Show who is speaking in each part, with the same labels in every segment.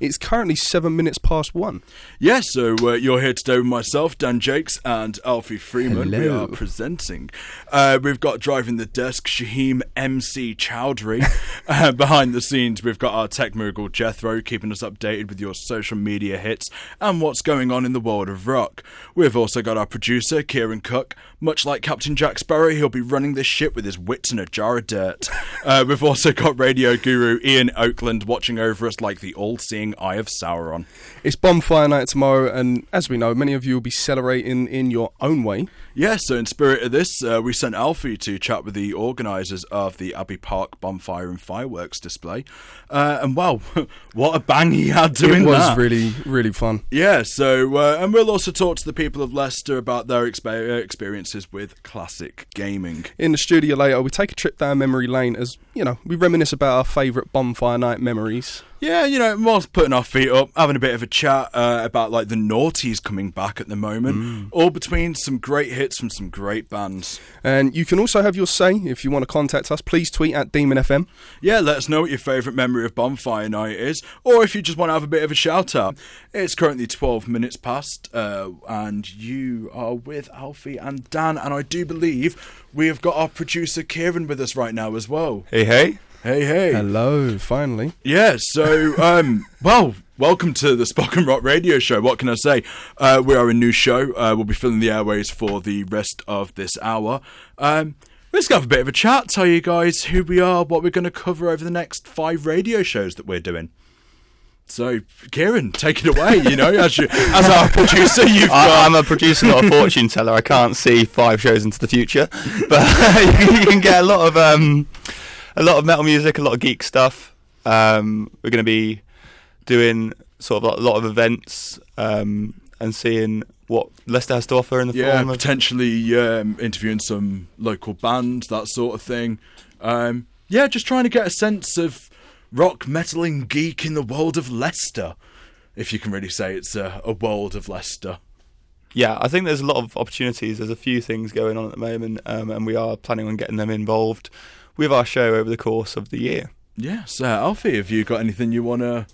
Speaker 1: It's currently seven minutes past one.
Speaker 2: Yeah, so uh, you're here today with myself, Dan Jakes, and Alfie Freeman. We
Speaker 1: Hello.
Speaker 2: are presenting. Uh, we've got driving the desk, Shaheem MC Chowdhury. uh, behind the scenes, we've got our tech mogul Jethro, keeping us updated with your social media hits and what's going on in the world of rock. We've also got our producer, Kieran Cook. Much like Captain Jack Sparrow, he'll be running this ship with his wits in a jar of dirt. Uh, we've also got radio guru Ian Oakland watching over us like the all-seeing eye of Sauron.
Speaker 1: It's bonfire night tomorrow, and as we know, many of you will be celebrating in your own way.
Speaker 2: Yeah, so in spirit of this, uh, we sent Alfie to chat with the organisers of the Abbey Park bonfire and fireworks display. Uh, and wow, what a bang he had doing
Speaker 1: it was
Speaker 2: that.
Speaker 1: really, really fun.
Speaker 2: yeah, so, uh, and we'll also talk to the people of Leicester about their expe- uh, experiences with classic gaming.
Speaker 1: In the studio later, we take a trip down memory lane as, you know, we reminisce about our favourite bonfire night memories.
Speaker 2: Yeah, you know, whilst putting our feet up, having a bit of a chat uh, about like the noughties coming back at the moment,
Speaker 1: Mm.
Speaker 2: all between some great hits from some great bands.
Speaker 1: And you can also have your say if you want to contact us. Please tweet at Demon FM.
Speaker 2: Yeah, let us know what your favourite memory of Bonfire Night is, or if you just want to have a bit of a shout out. It's currently 12 minutes past, uh, and you are with Alfie and Dan, and I do believe we have got our producer Kieran with us right now as well.
Speaker 3: Hey, hey.
Speaker 2: Hey, hey.
Speaker 1: Hello, finally.
Speaker 2: Yeah, so, um, well, welcome to the Spoken Rock Radio Show. What can I say? Uh, we are a new show. Uh, we'll be filling the airways for the rest of this hour. Um, we're just going to have a bit of a chat, tell you guys who we are, what we're going to cover over the next five radio shows that we're doing. So, Kieran, take it away. You know, as, you, as our producer, you've
Speaker 3: I,
Speaker 2: got.
Speaker 3: Uh, I'm a producer, not a fortune teller. I can't see five shows into the future, but you can get a lot of um, a lot of metal music, a lot of geek stuff. Um, we're going to be doing sort of a lot of events um, and seeing what Leicester has to offer in the
Speaker 2: yeah,
Speaker 3: form of
Speaker 2: potentially um, interviewing some local bands, that sort of thing. Um, yeah, just trying to get a sense of rock, metal, and geek in the world of Leicester, if you can really say it's a, a world of Leicester.
Speaker 3: yeah, I think there's a lot of opportunities. There's a few things going on at the moment, um, and we are planning on getting them involved with our show over the course of the year.
Speaker 2: Yeah, so Alfie, have you got anything you want to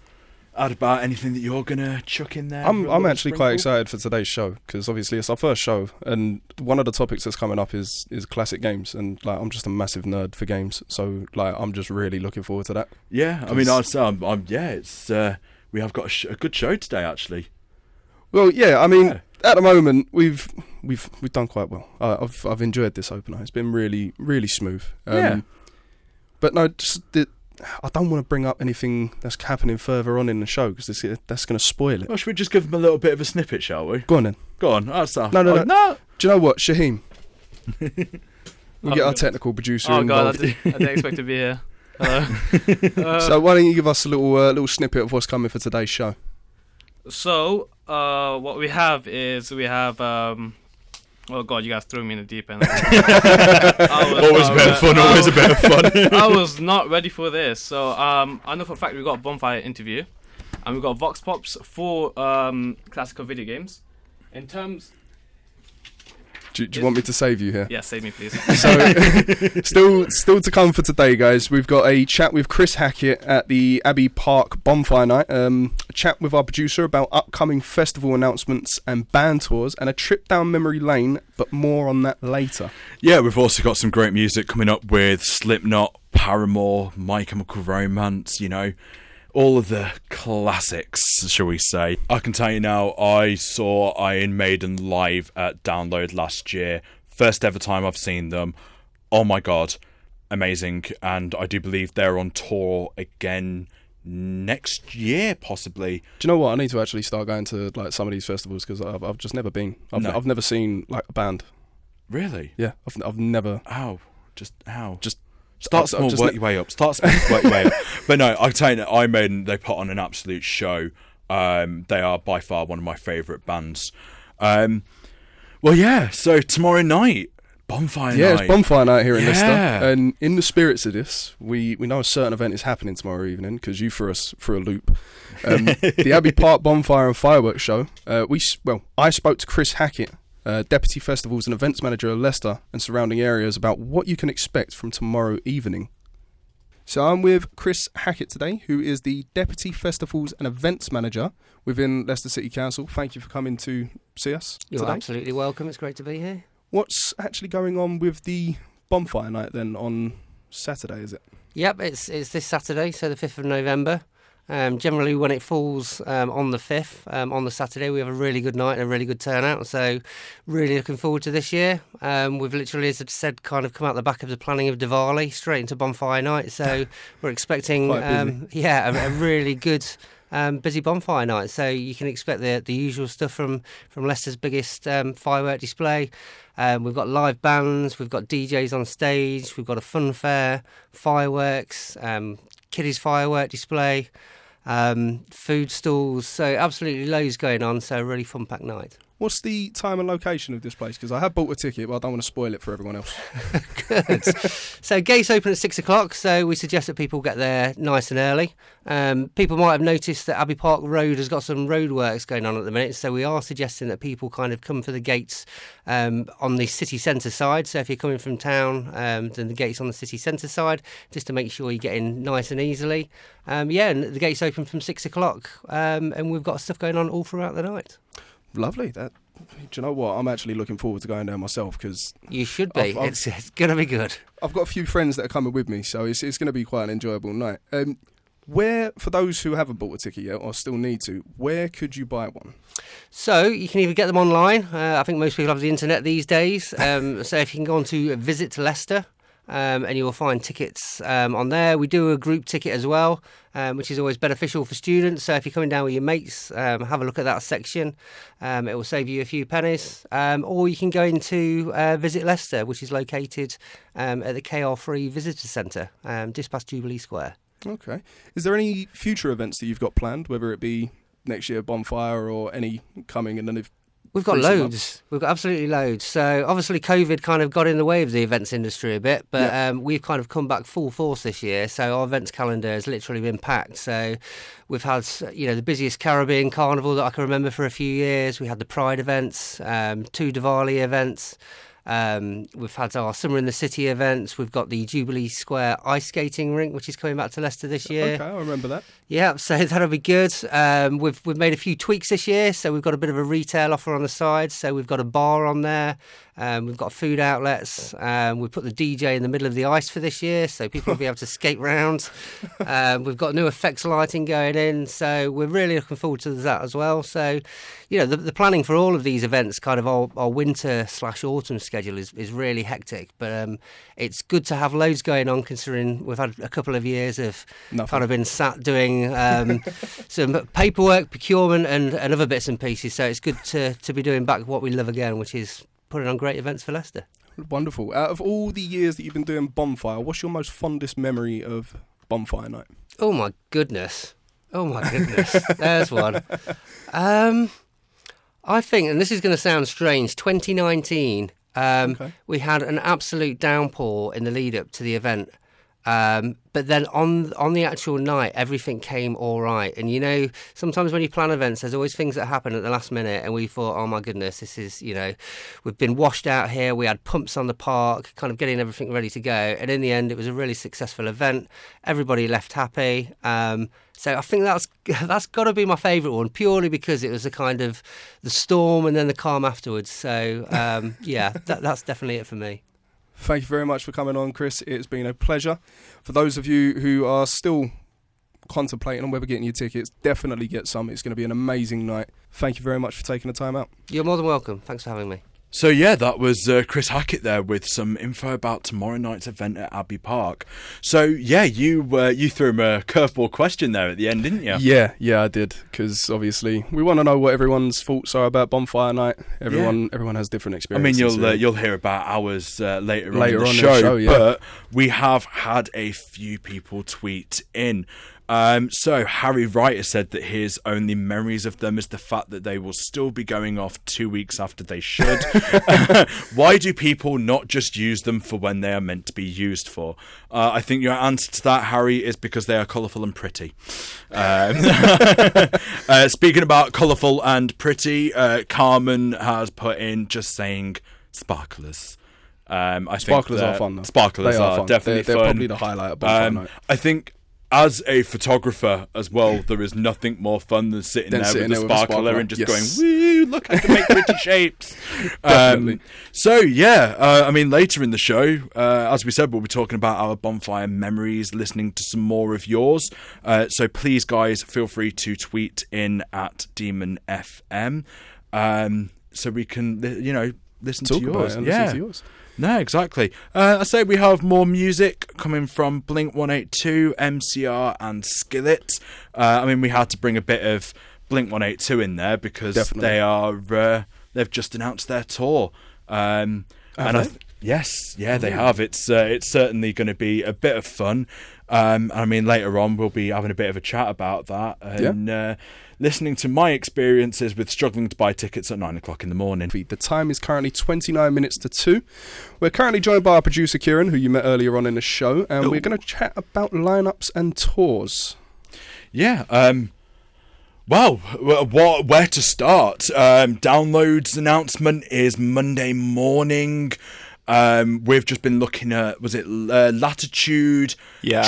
Speaker 2: add about anything that you're gonna chuck in there?
Speaker 1: I'm,
Speaker 2: Real
Speaker 1: I'm
Speaker 2: little
Speaker 1: actually quite
Speaker 2: sprinkle?
Speaker 1: excited for today's show because obviously it's our first show, and one of the topics that's coming up is is classic games, and like I'm just a massive nerd for games, so like I'm just really looking forward to that.
Speaker 2: Yeah, I mean, I'd say I'm, I'm yeah, it's uh, we have got a, sh- a good show today actually.
Speaker 1: Well, yeah, I mean,
Speaker 2: Yeah.
Speaker 1: at the moment we've we've we've done quite well. Uh, I've I've enjoyed this opener. It's been really really smooth. Um,
Speaker 2: Yeah.
Speaker 1: But no, just the, I don't want to bring up anything that's happening further on in the show because that's going to spoil it.
Speaker 2: Well, should we just give them a little bit of a snippet, shall we?
Speaker 1: Go on then.
Speaker 2: Go on, that's
Speaker 1: No, no,
Speaker 2: oh,
Speaker 1: no.
Speaker 2: no.
Speaker 1: Do you know what, Shaheem? we'll get our technical producer
Speaker 4: Oh god, I
Speaker 1: involved.
Speaker 4: didn't, I didn't expect to be here. Hello. Uh,
Speaker 1: so why don't you give us a little uh, little snippet of what's coming for today's show?
Speaker 4: so, uh, what we have is we have. Um, oh god, you guys threw me in the deep end. I was
Speaker 2: Always a
Speaker 4: not
Speaker 2: bit of
Speaker 4: re-
Speaker 2: fun,
Speaker 4: I
Speaker 2: always a
Speaker 4: was-
Speaker 2: bit of fun.
Speaker 4: I was not ready for this. So, um, I know for a fact we've got a bonfire interview, and we've got Vox Pops for um, classical video games. In terms,
Speaker 1: Do, do you
Speaker 4: Yes.
Speaker 1: want me to save you here?
Speaker 4: yeah, save me please.
Speaker 1: So, still, still to come for today, guys. We've got a chat with Chris Hackett at the Abbey Park Bonfire Night. Um, a chat with our producer about upcoming festival announcements and band tours, and a trip down memory lane. But more on that later.
Speaker 2: Yeah, we've also got some great music coming up with Slipknot, Paramore, My Chemical Romance, you know, all of the classics, shall we say. I can tell you now, I saw Iron Maiden live at Download last year. First ever time I've seen them. Oh my god, amazing. And I do believe they're on tour again next year, possibly.
Speaker 1: Do you know what? I need to actually start going to like some of these festivals because I've, I've just never been. I've,
Speaker 2: No.
Speaker 1: I've never seen like a band.
Speaker 2: Really?
Speaker 1: Yeah, I've, I've never.
Speaker 2: Ow. Just ow.
Speaker 1: Just-
Speaker 2: Start
Speaker 1: I've-
Speaker 2: small,
Speaker 1: I've just
Speaker 2: work
Speaker 1: ne-
Speaker 2: your way up. Start small, work your way up. But no, I tell you, that Iron Maiden, they put on an absolute show. Um, they are by far one of my favourite bands. Um, well, yeah, so tomorrow night, Bonfire
Speaker 1: Yeah,
Speaker 2: Night.
Speaker 1: it's bonfire night here in Leicester,
Speaker 2: Yeah.
Speaker 1: and in the spirits of this, we, we know a certain event is happening tomorrow evening because you threw us for a loop. Um, the Abbey Park Bonfire and Fireworks Show. Uh, we s- well, I spoke to Chris Hackett, uh, Deputy Festivals and Events Manager of Leicester and surrounding areas, about what you can expect from tomorrow evening. So I'm with Chris Hackett today, who is the Deputy Festivals and Events Manager within Leicester City Council. Thank you for coming to see us
Speaker 5: You're
Speaker 1: today.
Speaker 5: absolutely welcome. It's great to be here.
Speaker 1: What's actually going on with the bonfire night then on Saturday, is it?
Speaker 5: Yep, it's it's this Saturday, so the fifth of November. Um, generally, when it falls um, on the fifth, um, on the Saturday, we have a really good night and a really good turnout. So, really looking forward to this year. Um, we've literally, as I said, kind of come out the back of the planning of Diwali straight into Bonfire Night. So, we're expecting,
Speaker 1: Quite busy.
Speaker 5: um, yeah, a, a really good. Um, busy bonfire night, so you can expect the the usual stuff from from Leicester's biggest um, firework display. Um, we've got live bands, we've got DJs on stage, we've got a fun fair, fireworks, um, kiddies firework display, um, food stalls. So absolutely loads going on. So a really fun packed night.
Speaker 1: What's the time and location of this place? Because I have bought a ticket, but I don't want to spoil it for everyone else.
Speaker 5: Good. so gates open at six o'clock. So we suggest that people get there nice and early. Um, people might have noticed that Abbey Park Road has got some roadworks going on at the minute. So we are suggesting that people kind of come for the gates um, on the city centre side. So if you're coming from town, um, then the gates on the city centre side, just to make sure you get in nice and easily. Um, yeah, and the gates open from six o'clock, um, and we've got stuff going on all throughout the night.
Speaker 1: Lovely. That. Do you know what? I'm actually looking forward to going there myself because
Speaker 5: You should
Speaker 1: I've-
Speaker 5: be.
Speaker 1: I've-
Speaker 5: it's it's going to be good.
Speaker 1: I've got a few friends that are coming with me, so it's, it's going to be quite an enjoyable night. Um, where, for those who haven't bought a ticket yet or still need to, where could you buy one?
Speaker 5: So you can either get them online. Uh, I think most people have the internet these days. Um, so if you can go on to Visit Leicester. Um, and you will find tickets um, on there. We do a group ticket as well, um, which is always beneficial for students. So if you're coming down with your mates, um, have a look at that section. Um, it will save you a few pennies. Um, or you can go into uh, Visit Leicester, which is located um, at the KR3 Visitor Centre, um, just past Jubilee Square.
Speaker 1: Okay. Is there any future events that you've got planned, whether it be next year bonfire or any coming? And then if
Speaker 5: We've got
Speaker 1: recent
Speaker 5: loads.
Speaker 1: months?
Speaker 5: We've got absolutely loads. So obviously, COVID kind of got in the way of the events industry a bit, but
Speaker 1: Yeah.
Speaker 5: um, we've kind of come back full force this year. So our events calendar has literally been packed. So we've had you know the busiest Caribbean Carnival that I can remember for a few years. We had the Pride events, um, two Diwali events. Um, we've had our Summer in the City events. We've got the Jubilee Square ice skating rink, which is coming back to Leicester this year.
Speaker 1: okay, I remember that.
Speaker 5: Yeah, so that'll be good. Um, we've we've made a few tweaks this year, so we've got a bit of a retail offer on the side. So we've got a bar on there, um, we've got food outlets. Um, we put the DJ in the middle of the ice for this year, so people will be able to skate round. Um, we've got new effects lighting going in, so we're really looking forward to that as well. So, you know, the, the planning for all of these events, kind of our, our winter slash autumn schedule, is is really hectic. But um, it's good to have loads going on, considering we've had a couple of years of
Speaker 1: Nothing.
Speaker 5: kind of been sat doing um, some paperwork, procurement, and, and other bits and pieces. So it's good to, to be doing back what we love again, which is putting on great events for Leicester.
Speaker 1: Wonderful. Out of all the years that you've been doing bonfire, what's your most fondest memory of bonfire night?
Speaker 5: Oh my goodness. Oh my goodness. There's one. Um, I think, and this is going to sound strange, 2019, um,
Speaker 1: Okay.
Speaker 5: we had an absolute downpour in the lead up to the event. Um, but then on on the actual night, everything came all right. And you know, sometimes when you plan events, there's always things that happen at the last minute. And we thought, oh my goodness, this is you know, we've been washed out here. We had pumps on the park, kind of getting everything ready to go. And in the end, it was a really successful event. Everybody left happy. Um, so I think that's that's got to be my favourite one, purely because it was a kind of the storm and then the calm afterwards. So um, yeah, that, that's definitely it for me.
Speaker 1: Thank you very much for coming on, Chris. It's been a pleasure. For those of you who are still contemplating on whether getting your tickets, definitely get some. It's going to be an amazing night. Thank you very much for taking the time out.
Speaker 5: You're more than welcome. Thanks for having me.
Speaker 2: So yeah, that was uh, Chris Hackett there with some info about tomorrow night's event at Abbey Park. So yeah, you uh, you threw him a curveball question there at the end, didn't you?
Speaker 1: Yeah, yeah, I did because obviously we want to know what everyone's thoughts are about bonfire night. Everyone, everyone has different
Speaker 2: I
Speaker 1: experiences.
Speaker 2: mean, you'll
Speaker 1: yeah.
Speaker 2: uh, you'll hear about ours uh, later,
Speaker 1: Later
Speaker 2: on,
Speaker 1: on
Speaker 2: in
Speaker 1: in
Speaker 2: the
Speaker 1: the
Speaker 2: show,
Speaker 1: show, yeah.
Speaker 2: But we have had a few people tweet in. Um, so Harry Wright has said that his only memories of them is the fact that they will still be going off two weeks after they should. Why do people not just use them for when they are meant to be used for? Uh, I think your answer to that, Harry, is because they are colourful and pretty. Um, uh, speaking about colourful and pretty, uh, Carmen has put in just saying sparklers. Um, I
Speaker 1: Sparklers
Speaker 2: think
Speaker 1: are
Speaker 2: that-
Speaker 1: fun though.
Speaker 2: Sparklers
Speaker 1: They
Speaker 2: are,
Speaker 1: fun.
Speaker 2: definitely
Speaker 1: they're,
Speaker 2: fun.
Speaker 1: they're probably the highlight of bonfire
Speaker 2: Um,
Speaker 1: night.
Speaker 2: I think as a photographer as well, there is nothing more fun than sitting
Speaker 1: Mm. Than
Speaker 2: there
Speaker 1: sitting
Speaker 2: with
Speaker 1: there
Speaker 2: the
Speaker 1: with a
Speaker 2: sparkler
Speaker 1: sparkler,
Speaker 2: and just
Speaker 1: yes.
Speaker 2: going, "Woo! Look, I can make pretty shapes." Um,
Speaker 1: Definitely.
Speaker 2: so yeah, uh, I mean, later in the show, uh, as we said, we'll be talking about our bonfire memories, listening to some more of yours. Uh, so please, guys, feel free to tweet in at Demon FM, um, so we can, li- you know, listen
Speaker 1: Talk
Speaker 2: to
Speaker 1: about
Speaker 2: yours.
Speaker 1: it and
Speaker 2: yeah.
Speaker 1: listen to yours.
Speaker 2: No, exactly. Uh, I say we have more music coming from Blink 182, MCR, and Skillet. Uh, I mean, we had to bring a bit of Blink 182 in there because
Speaker 1: Definitely.
Speaker 2: they are uh, they've just announced their tour. Um, and I th- yes, yeah, they have. It's uh, it's certainly going to be a bit of fun. Um, I mean, later on we'll be having a bit of a chat about that and uh, listening to my experiences with struggling to buy tickets at nine o'clock in the morning.
Speaker 1: feed. The time is currently 29 minutes to 2. We're currently joined by our producer Kieran, who you met earlier on in the show, and
Speaker 2: Oh.
Speaker 1: we're going to chat about lineups and tours.
Speaker 2: Yeah. Um, well, what, where to start? Um, downloads announcement is Monday morning. Um, we've just been looking at was it uh, latitude?
Speaker 3: Yeah.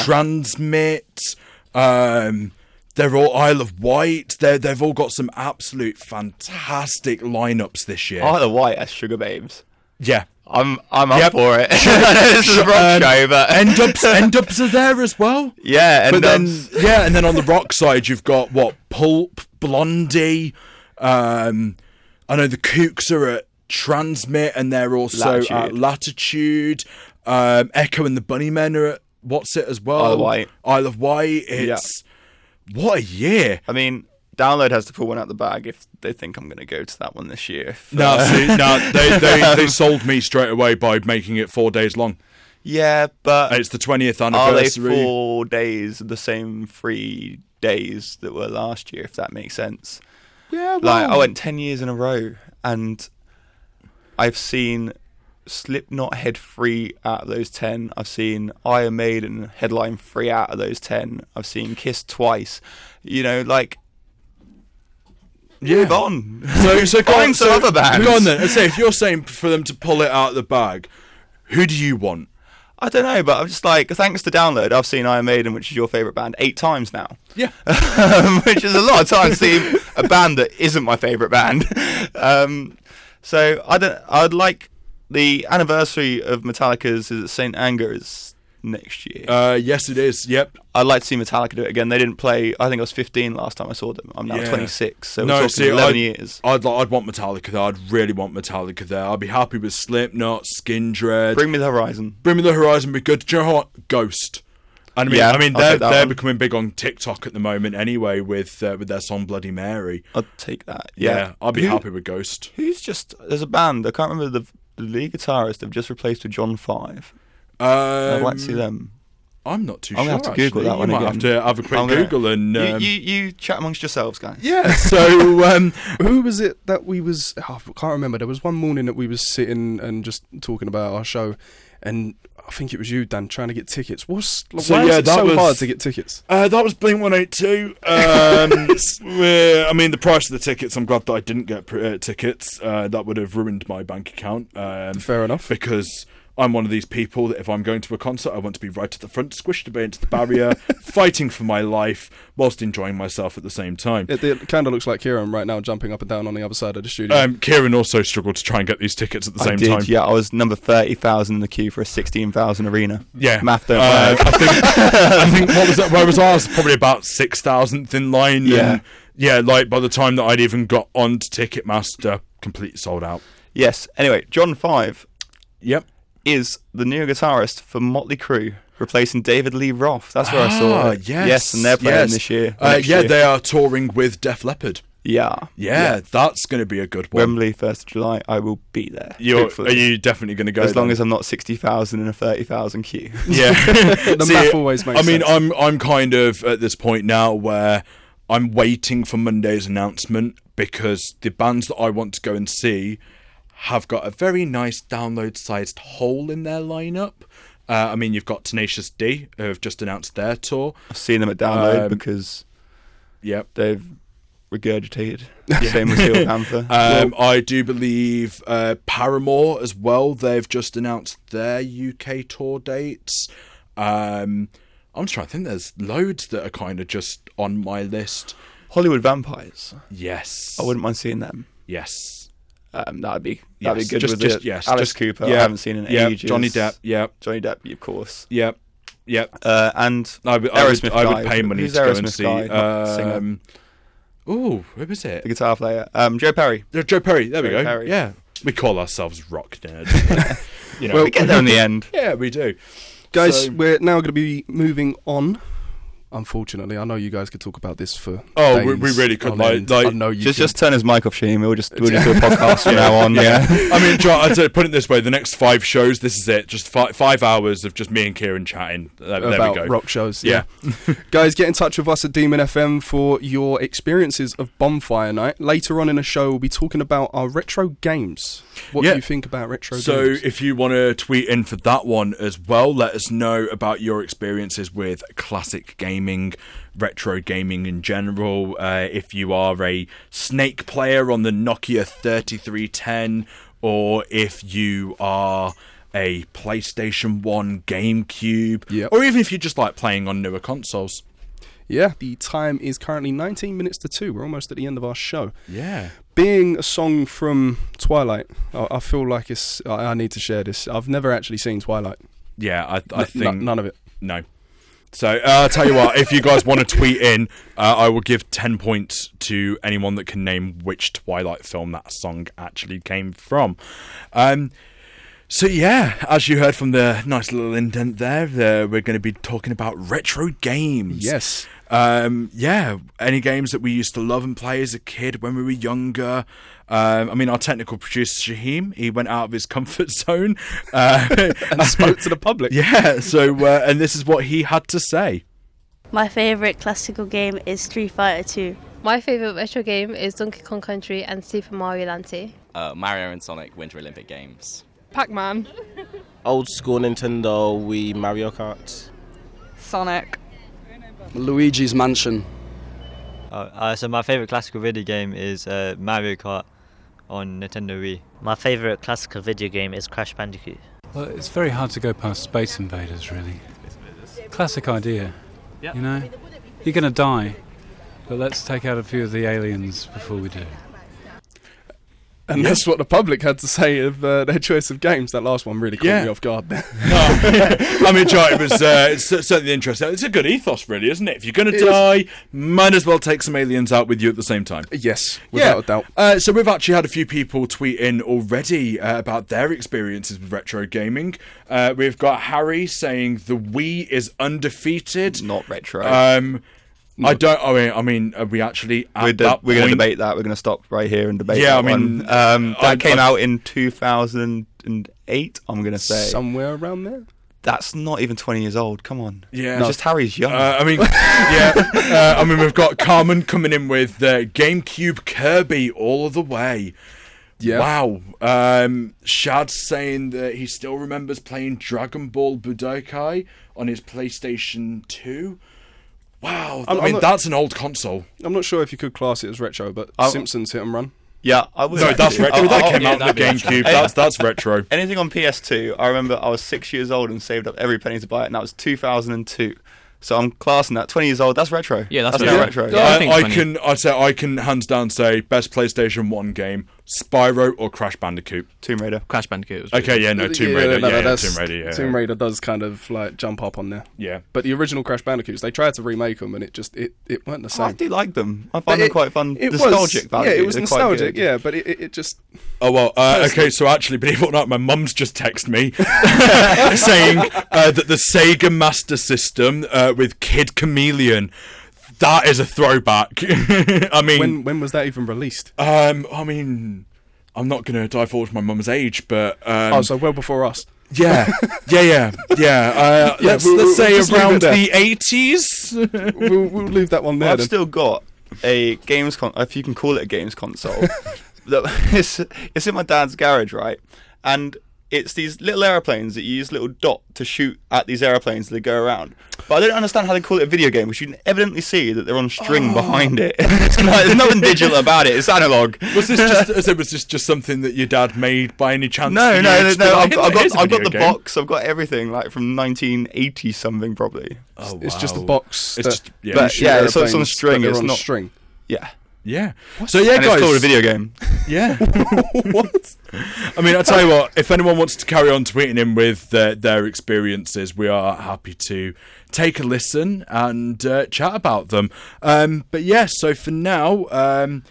Speaker 2: Transmit. Um, they're all Isle of Wight. They they've all got some absolute fantastic lineups this year.
Speaker 3: Oh, the white as sugar babes.
Speaker 2: yeah.
Speaker 3: I'm I'm up
Speaker 2: Yep.
Speaker 3: for it. I know this is a rock
Speaker 2: Um,
Speaker 3: show, but
Speaker 2: End ups, end ups are there as well.
Speaker 3: yeah, and
Speaker 2: but
Speaker 3: then
Speaker 2: then yeah, and then on the rock side you've got what Pulp, Blondie. Um, I know the Kooks are at Transmit, and they're also at
Speaker 3: Latitude.
Speaker 2: Latitude. Um, Echo and the Bunnymen are at what's it as well?
Speaker 3: Isle of Wight.
Speaker 2: Isle of Wight. It's what a year.
Speaker 3: I mean, download has to pull one out the bag if they think I'm going to go to that one this year. If,
Speaker 2: No,
Speaker 3: uh,
Speaker 2: see, no, they, they, they sold me straight away by making it four days long.
Speaker 3: yeah, but
Speaker 2: It's the twentieth
Speaker 3: are they
Speaker 2: anniversary.
Speaker 3: four days the same three days that were last year? If that makes sense.
Speaker 2: yeah,
Speaker 3: Like I went ten years in a row, and I've seen Slipknot head three out of those ten. I've seen Iron Maiden headline three out of those ten. I've seen Kiss twice. You know, like move on.
Speaker 2: So, so go on,
Speaker 3: Find some
Speaker 2: so,
Speaker 3: other bands.
Speaker 2: Go on then. Let's say if you're saying for them to pull it out of the bag, who do you want?
Speaker 3: I don't know, but I'm just like thanks to download, I've seen Iron Maiden, which is your favorite band, eight times now.
Speaker 2: Yeah.
Speaker 3: um, which is a lot of times seeing a band that isn't my favourite band. Um, so I don't. I'd like the anniversary of Metallica's is at St Anger is next year.
Speaker 2: Uh, yes, it is. Yep.
Speaker 3: I'd like to see Metallica do it again. They didn't play. I think I was 15 last time I saw them. I'm now
Speaker 2: Yeah.
Speaker 3: 26, so we're
Speaker 2: no,
Speaker 3: talking
Speaker 2: see,
Speaker 3: 11
Speaker 2: I'd,
Speaker 3: years.
Speaker 2: I'd, li- I'd want Metallica there. I'd really want Metallica there. I'd be happy with Slipknot, Skindred. Bring,
Speaker 3: Bring me the horizon.
Speaker 2: Bring Me the Horizon would be good. Do you know what? Ghost. And I mean,
Speaker 3: Yeah,
Speaker 2: I mean,
Speaker 3: I'll
Speaker 2: they're
Speaker 3: take that
Speaker 2: they're
Speaker 3: one.
Speaker 2: becoming big on TikTok at the moment anyway with uh, with their song Bloody Mary.
Speaker 3: I'd take that.
Speaker 2: Yeah,
Speaker 3: Yeah,
Speaker 2: I'd be
Speaker 3: Who-
Speaker 2: happy with Ghost.
Speaker 3: Who's just there's a band I can't remember the the lead guitarist they've just replaced with John Five.
Speaker 2: Um,
Speaker 3: I'd like to see them.
Speaker 2: I'm not too
Speaker 3: I'm
Speaker 2: sure.
Speaker 3: gonna have to Google
Speaker 2: actually.
Speaker 3: that
Speaker 2: you
Speaker 3: one
Speaker 2: might
Speaker 3: again.
Speaker 2: have to have a quick
Speaker 3: I'm gonna-
Speaker 2: Google and um,
Speaker 3: you, you you chat amongst yourselves, guys.
Speaker 2: yeah. So um,
Speaker 1: Who was it that we was? oh, I can't remember. There was one morning that we was sitting and just talking about our show, and I think it was you, Dan, trying to get tickets. What's like,
Speaker 2: So,
Speaker 1: why
Speaker 2: yeah,
Speaker 1: is it
Speaker 2: that
Speaker 1: so
Speaker 2: was-
Speaker 1: hard to get tickets?
Speaker 2: Uh, that was Blink 182. Um, we're- I mean, the price of the tickets, I'm glad that I didn't get pr- uh, tickets. Uh, that would have ruined my bank account. Um,
Speaker 1: Fair enough.
Speaker 2: Because I'm one of these people that if I'm going to a concert, I want to be right at the front, squished against the barrier, fighting for my life whilst enjoying myself at the same time.
Speaker 1: It, it kind of looks like Kieran right now jumping up and down on the other side of the studio.
Speaker 2: Um, Kieran also struggled to try and get these tickets at the same
Speaker 3: I did,
Speaker 2: time.
Speaker 3: yeah. I was number 30,000 in the queue for a 16,000 arena.
Speaker 2: Yeah,
Speaker 3: Math don't
Speaker 2: Uh,
Speaker 3: work.
Speaker 2: I think, I think what was that? Where was ours? Probably about six thousandth in line.
Speaker 3: Yeah.
Speaker 2: and, yeah. Like by the time that I'd even got on to Ticketmaster, completely sold out.
Speaker 3: Yes. Anyway, John 5
Speaker 2: Yep.
Speaker 3: is the new guitarist for Motley Crue, replacing David Lee Roth. That's where I saw it. and they're playing
Speaker 2: Ah, yes.
Speaker 3: this year.
Speaker 2: Uh,
Speaker 3: next
Speaker 2: yeah,
Speaker 3: year.
Speaker 2: they are touring with Def Leppard.
Speaker 3: Yeah.
Speaker 2: Yeah, that's going to be a good one.
Speaker 3: Wembley, 1st of July. I will be there.
Speaker 2: You're,
Speaker 3: hopefully.
Speaker 2: are you definitely going to go?
Speaker 3: as long
Speaker 2: then?
Speaker 3: as I'm not 60,000 in a 30,000 queue.
Speaker 2: Yeah,
Speaker 1: The math always makes
Speaker 2: I mean,
Speaker 1: sense.
Speaker 2: I'm I'm kind of at this point now where I'm waiting for Monday's announcement because the bands that I want to go and see have got a very nice download-sized hole in their lineup. Uh, I mean, you've got Tenacious D who have just announced their tour.
Speaker 3: I've seen them at download
Speaker 2: Um,
Speaker 3: because
Speaker 2: Yep.
Speaker 3: they've regurgitated. Same with Steel Panther.
Speaker 2: Um, I do believe uh, Paramore as well. They've just announced their UK tour dates. Um, I'm just trying to think. There's loads that are kind of just on my list.
Speaker 3: Hollywood Vampires.
Speaker 2: Yes.
Speaker 3: I wouldn't mind seeing them.
Speaker 2: Yes.
Speaker 3: Um, that'd be
Speaker 2: Yes,
Speaker 3: that'd be good.
Speaker 2: just-
Speaker 3: with
Speaker 2: just-
Speaker 3: it.
Speaker 2: yes,
Speaker 3: Alice
Speaker 2: just-
Speaker 3: Cooper.
Speaker 2: yeah,
Speaker 3: I haven't seen in
Speaker 2: Yeah.
Speaker 3: ages.
Speaker 2: Johnny Depp. Yeah.
Speaker 3: Johnny Depp, of course.
Speaker 2: Yeah. Yeah.
Speaker 3: Uh, and
Speaker 2: I would, I would,
Speaker 3: Aerosmith.
Speaker 2: I would
Speaker 3: guy.
Speaker 2: pay money
Speaker 3: Who's
Speaker 2: to go and
Speaker 3: Aerosmith
Speaker 2: see.
Speaker 3: guy? Not singer.
Speaker 2: um, ooh, who was
Speaker 3: the
Speaker 2: it?
Speaker 3: guitar player. Um, Joe Perry.
Speaker 2: Uh, Joe Perry. There we
Speaker 3: Joe
Speaker 2: go.
Speaker 3: Perry.
Speaker 2: Yeah, we call ourselves rock nerds. you know,
Speaker 3: we get there in the end.
Speaker 2: yeah, we do.
Speaker 1: Guys,
Speaker 2: So-
Speaker 1: we're now going to be moving on. Unfortunately, I know you guys could talk about this for.
Speaker 2: Oh, we-
Speaker 1: days
Speaker 2: we really could,
Speaker 1: on
Speaker 2: like-
Speaker 1: end.
Speaker 2: like,
Speaker 1: I know you
Speaker 3: Just
Speaker 1: could.
Speaker 3: just turn his mic off, Sheen. We'll just we'll just do a podcast from now on. Yeah.
Speaker 2: I mean, do you know what, I'd say- put it this way: the next five shows, this is it. Just five, five hours of just me and Kieran chatting. There, there
Speaker 1: about
Speaker 2: we go.
Speaker 1: rock shows.
Speaker 2: Yeah.
Speaker 1: Guys, get in touch with us at Demon FM for your experiences of Bonfire Night. Later on in the show, we'll be talking about our retro games. What
Speaker 2: Yeah.
Speaker 1: do you think about retro
Speaker 2: So,
Speaker 1: games?
Speaker 2: if you want to tweet in for that one as well, let us know about your experiences with classic gaming, retro gaming in general. Uh, if you are a Snake player on the Nokia 3310, or if you are a PlayStation 1, GameCube,
Speaker 1: Yep.
Speaker 2: or even if you just like playing on newer consoles.
Speaker 1: yeah, the time is currently 19 minutes to 2. We're almost at the end of our show.
Speaker 2: Yeah.
Speaker 1: Being a song from Twilight, I, I feel like it's. I, I need to share this. I've never actually seen Twilight.
Speaker 2: Yeah, I, I
Speaker 1: N-
Speaker 2: think.
Speaker 1: n- none of it.
Speaker 2: No. So uh, I'll tell you what, if you guys want to tweet in, uh, I will give 10 points to anyone that can name which Twilight film that song actually came from. Um, so, yeah, as you heard from the nice little indent there, uh, we're going to be talking about retro games.
Speaker 1: Yes.
Speaker 2: Um, yeah, any games that we used to love and play as a kid when we were younger. Um, I mean, our technical producer Shaheem, he went out of his comfort zone uh,
Speaker 1: And spoke to the public.
Speaker 2: yeah, so uh, and this is what he had to say.
Speaker 6: My favourite classical game is Street Fighter 2.
Speaker 7: My favourite retro game is Donkey Kong Country and Super Mario Land 2.
Speaker 8: uh, Mario and Sonic Winter Olympic Games.
Speaker 9: Pac-Man,
Speaker 10: Old school Nintendo Wii Mario Kart.
Speaker 9: Sonic,
Speaker 11: Luigi's Mansion.
Speaker 8: Uh, uh, so my favorite classical video game is uh, Mario Kart on Nintendo Wii.
Speaker 10: My favourite classical video game is Crash Bandicoot.
Speaker 11: Well, it's very hard to go past Space Invaders, really. Classic idea.
Speaker 4: Yeah.
Speaker 11: You know, you're going to die, but let's take out a few of the aliens before we do.
Speaker 1: And that's what the public had to say of uh, their choice of games. That last one really caught
Speaker 2: Yeah.
Speaker 1: me off guard there.
Speaker 2: I mean, Joe, it was uh, it's cer- certainly interesting. It's a good ethos, really, isn't it? If you're going to
Speaker 1: is.
Speaker 2: die, might as well take some aliens out with you at the same time.
Speaker 1: yes, without a doubt.
Speaker 2: Uh, so we've actually had a few people tweet in already uh, about their experiences with retro gaming. Uh, we've got Harry saying the Wii is undefeated.
Speaker 3: Not retro.
Speaker 2: Um, I don't. I mean, I mean, are we actually at
Speaker 3: we're de-
Speaker 2: that
Speaker 3: we're going to
Speaker 2: point-
Speaker 3: debate that. We're going to stop right here and debate.
Speaker 2: Yeah, I
Speaker 3: that
Speaker 2: mean,
Speaker 3: one. um, that
Speaker 2: I-
Speaker 3: came
Speaker 2: I-
Speaker 3: out in 2008. I'm going to say
Speaker 1: Somewhere around there.
Speaker 3: that's not even 20 years old. Come on,
Speaker 2: Yeah.
Speaker 3: It's just Harry's young.
Speaker 2: Uh, I mean, yeah. Uh, I mean, we've got Carmen coming in with uh, GameCube Kirby all the way.
Speaker 1: Yeah.
Speaker 2: Wow. Um, Shad's saying that he still remembers playing Dragon Ball Budokai on his PlayStation 2 Wow. i
Speaker 1: I'm-
Speaker 2: mean,
Speaker 1: I'm not-
Speaker 2: that's an old console.
Speaker 1: I'm not sure if you could class it as retro, but
Speaker 3: I'll-
Speaker 1: Simpsons Hit and Run.
Speaker 3: yeah, I would
Speaker 2: No, that's
Speaker 3: actually-
Speaker 2: retro.
Speaker 3: I-
Speaker 2: that
Speaker 4: Oh,
Speaker 3: I-
Speaker 2: came
Speaker 3: yeah,
Speaker 2: out on the
Speaker 3: that'd be
Speaker 2: GameCube.
Speaker 3: retro.
Speaker 2: That's that's retro.
Speaker 3: Anything on PS2, I remember I was six years old and saved up every penny to buy it, and that was 2002. So I'm classing that 20 years old. That's retro.
Speaker 4: Yeah, that's
Speaker 3: now
Speaker 4: retro.
Speaker 3: retro.
Speaker 4: Yeah. I
Speaker 2: I,
Speaker 4: think
Speaker 2: I
Speaker 4: funny.
Speaker 2: can. I say I can hands down say best PlayStation One game: Spyro or Crash Bandicoot.
Speaker 3: Tomb Raider.
Speaker 4: Crash Bandicoot. Was
Speaker 2: Okay, yeah, no, Tomb Raider, yeah, yeah,
Speaker 1: that's-
Speaker 2: Tomb Raider, yeah,
Speaker 1: Tomb Raider does kind of like jump up on there.
Speaker 2: yeah.
Speaker 1: But the original Crash Bandicoots, they tried to remake them, and it just it, it weren't the
Speaker 3: I
Speaker 1: same.
Speaker 3: do like them. I find them
Speaker 1: it-
Speaker 3: quite fun.
Speaker 1: Oh, It was-
Speaker 3: nostalgic value.
Speaker 1: Yeah, it was
Speaker 3: They're quite
Speaker 1: nostalgic.
Speaker 3: good.
Speaker 1: Yeah, but it, it, it just
Speaker 2: Oh well. Uh, okay, so actually, believe it or not, my mum's just texted me saying uh, that the Sega Master System uh, with Kid Chameleon. That is a throwback. I mean,
Speaker 1: when when was that even released?
Speaker 2: um, I mean, I'm not gonna divulge my mum's age, but um,
Speaker 1: oh, so well before us.
Speaker 2: yeah, yeah, yeah, yeah. Uh,
Speaker 1: Yeah,
Speaker 2: let's
Speaker 1: we'll-
Speaker 2: let's
Speaker 1: we'll
Speaker 2: say
Speaker 1: just leave it
Speaker 2: around
Speaker 1: there.
Speaker 2: the 80s.
Speaker 1: we'll, we'll leave that one there.
Speaker 3: I've
Speaker 1: then.
Speaker 3: still got a games con if you can call it a games console. that- it's it's in my dad's garage, right? And it's these little aeroplanes that you use little dot to shoot at these aeroplanes that go around. But I don't understand how they call it a video game because you can evidently see that they're on
Speaker 2: Oh.
Speaker 3: string behind it. It's not- there's nothing digital about it. It's analog.
Speaker 2: Was this just so was this just something that your dad made by any chance?
Speaker 3: No,
Speaker 2: for
Speaker 3: no,
Speaker 2: you?
Speaker 3: no,
Speaker 2: Just
Speaker 3: no.
Speaker 2: be
Speaker 3: I've,
Speaker 2: like,
Speaker 3: got- I've
Speaker 2: "Here's
Speaker 3: got,
Speaker 2: a
Speaker 3: I've got
Speaker 2: video
Speaker 3: the
Speaker 2: game."
Speaker 3: box. I've got everything like from 1980 something probably.
Speaker 2: Oh,
Speaker 1: It's just a
Speaker 2: wow.
Speaker 1: box.
Speaker 2: It's
Speaker 1: that-
Speaker 2: just- yeah.
Speaker 1: you
Speaker 3: But
Speaker 1: shoot
Speaker 3: yeah, it's, it's on
Speaker 1: aeroplanes,
Speaker 3: string.
Speaker 1: but they're
Speaker 3: It's
Speaker 1: on
Speaker 3: not
Speaker 1: string.
Speaker 3: Yeah.
Speaker 2: Yeah.
Speaker 1: What?
Speaker 2: So yeah,
Speaker 3: And
Speaker 2: guys,
Speaker 3: it's called a video game.
Speaker 2: Yeah. what? I mean, I tell you what. If anyone wants to carry on tweeting in with their, their experiences, we are happy to take a listen and uh, chat about them. Um, but yeah, so for now, um,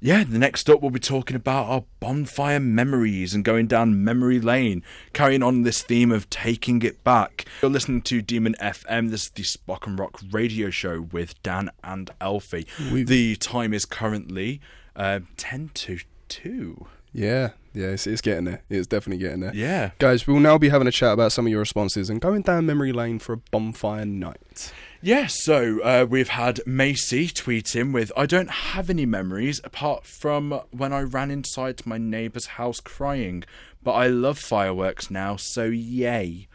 Speaker 2: yeah, the next up we'll be talking about our bonfire memories and going down memory lane, carrying on this theme of taking it back. You're listening to Demon FM. This is the Spock and Rock Radio Show with Dan and Alfie.
Speaker 1: We-
Speaker 2: The time is currently uh, ten to two.
Speaker 1: Yeah, yeah, it's, it's getting there. It's definitely getting there.
Speaker 2: Yeah.
Speaker 1: Guys, we'll now be having a chat about some of your responses and going down memory lane for a bonfire night.
Speaker 2: Yeah, so uh, we've had Macy tweet in with I don't have any memories apart from when I ran inside my neighbour's house crying, but I love fireworks now, so yay.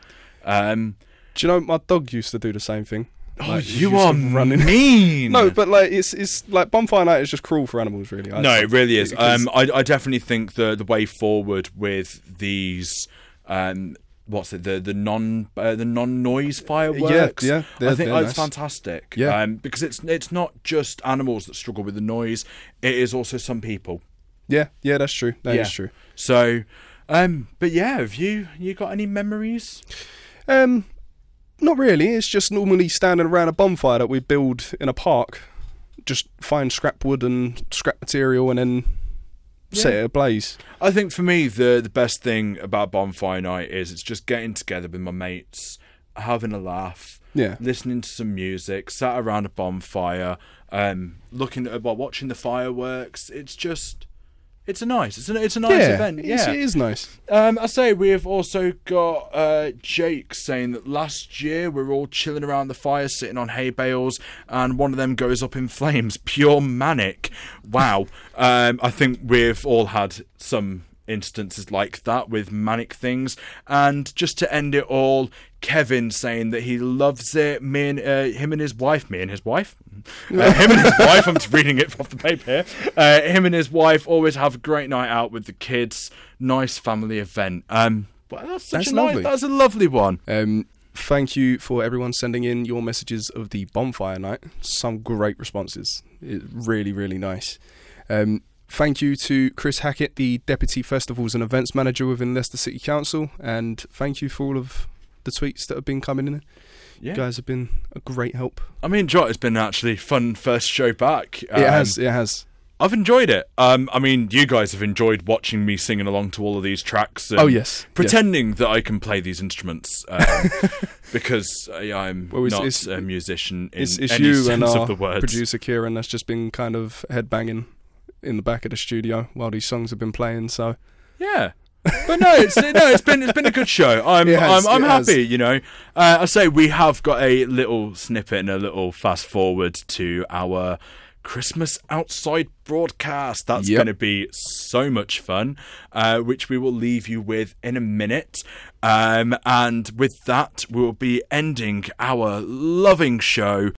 Speaker 2: Um,
Speaker 1: Do you know my dog used to do the same thing?
Speaker 2: Oh,
Speaker 1: Like, he
Speaker 2: you
Speaker 1: used to
Speaker 2: are mean.
Speaker 1: No, but like it's it's like bonfire night is just cruel for animals, really. I-
Speaker 2: no, it really is.
Speaker 1: because-
Speaker 2: Um, I, I definitely think the the way forward with these, um, what's it the the non uh, the non noise fireworks?
Speaker 1: yeah, they're-
Speaker 2: I think
Speaker 1: they're nice.
Speaker 2: that's fantastic.
Speaker 1: Yeah.
Speaker 2: um, because it's it's not just animals that struggle with the noise; it is also some people.
Speaker 1: yeah, yeah, that's true. That is
Speaker 2: Yeah.
Speaker 1: true.
Speaker 2: So, um, but yeah, have you you got any memories?
Speaker 1: Um, not really. It's just normally standing around a bonfire that we build in a park. Just find scrap wood and scrap material and then set it ablaze.
Speaker 2: I think for me, the the best thing about bonfire night is it's just getting together with my mates, having a laugh,
Speaker 1: Yeah.
Speaker 2: listening to some music, sat around a bonfire, um, looking at well, watching the fireworks. It's just, it's a nice, it's a it's a nice
Speaker 1: yeah,
Speaker 2: event.
Speaker 1: it's-
Speaker 2: Yeah,
Speaker 1: it is nice.
Speaker 2: um, I say we have also got uh, Jake saying that last year we were all chilling around the fire, sitting on hay bales, and one of them goes up in flames. Pure manic. Wow. um, I think we've all had some instances like that with manic things. And just to end it all, Kevin saying that he loves it. Me and uh, him and his wife, me and his wife, Uh, him and his wife. I'm just reading it off the paper. here. Uh, him and his wife always have a great night out with the kids. Nice family event. Um, well, that's such
Speaker 1: That's
Speaker 2: a nice-
Speaker 1: lovely.
Speaker 2: that's a lovely one.
Speaker 1: Um, thank you for everyone sending in your messages of the bonfire night. Some great responses. It, really, really nice. Um, thank you to Chris Hackett, the Deputy Festivals and Events Manager within Leicester City Council, and thank you for all of the tweets that have been coming in.
Speaker 2: Yeah.
Speaker 1: You guys have been a great help.
Speaker 2: I mean, Jot has been actually fun first show back.
Speaker 1: it
Speaker 2: Um,
Speaker 1: has. It has.
Speaker 2: I've enjoyed it. Um, I mean, you guys have enjoyed watching me singing along to all of these tracks. And
Speaker 1: Oh, yes,
Speaker 2: pretending that I can play these instruments um, because I, I'm
Speaker 1: Well, it's-
Speaker 2: not
Speaker 1: it's-
Speaker 2: a musician in
Speaker 1: It's, it's
Speaker 2: any
Speaker 1: you
Speaker 2: sense
Speaker 1: and our
Speaker 2: of the word.
Speaker 1: producer Kieran that's just been kind of headbanging in the back of the studio while these songs have been playing. So
Speaker 2: Yeah. but no, it's no, it's been it's been a good show. I'm
Speaker 1: It has,
Speaker 2: I'm, I'm
Speaker 1: it has.
Speaker 2: happy, you know. Uh, I say we have got a little snippet and a little fast forward to our Christmas outside broadcast. That's
Speaker 1: Yep.
Speaker 2: going to be so much fun, uh, which we will leave you with in a minute. Um, and with that, we will be ending our loving show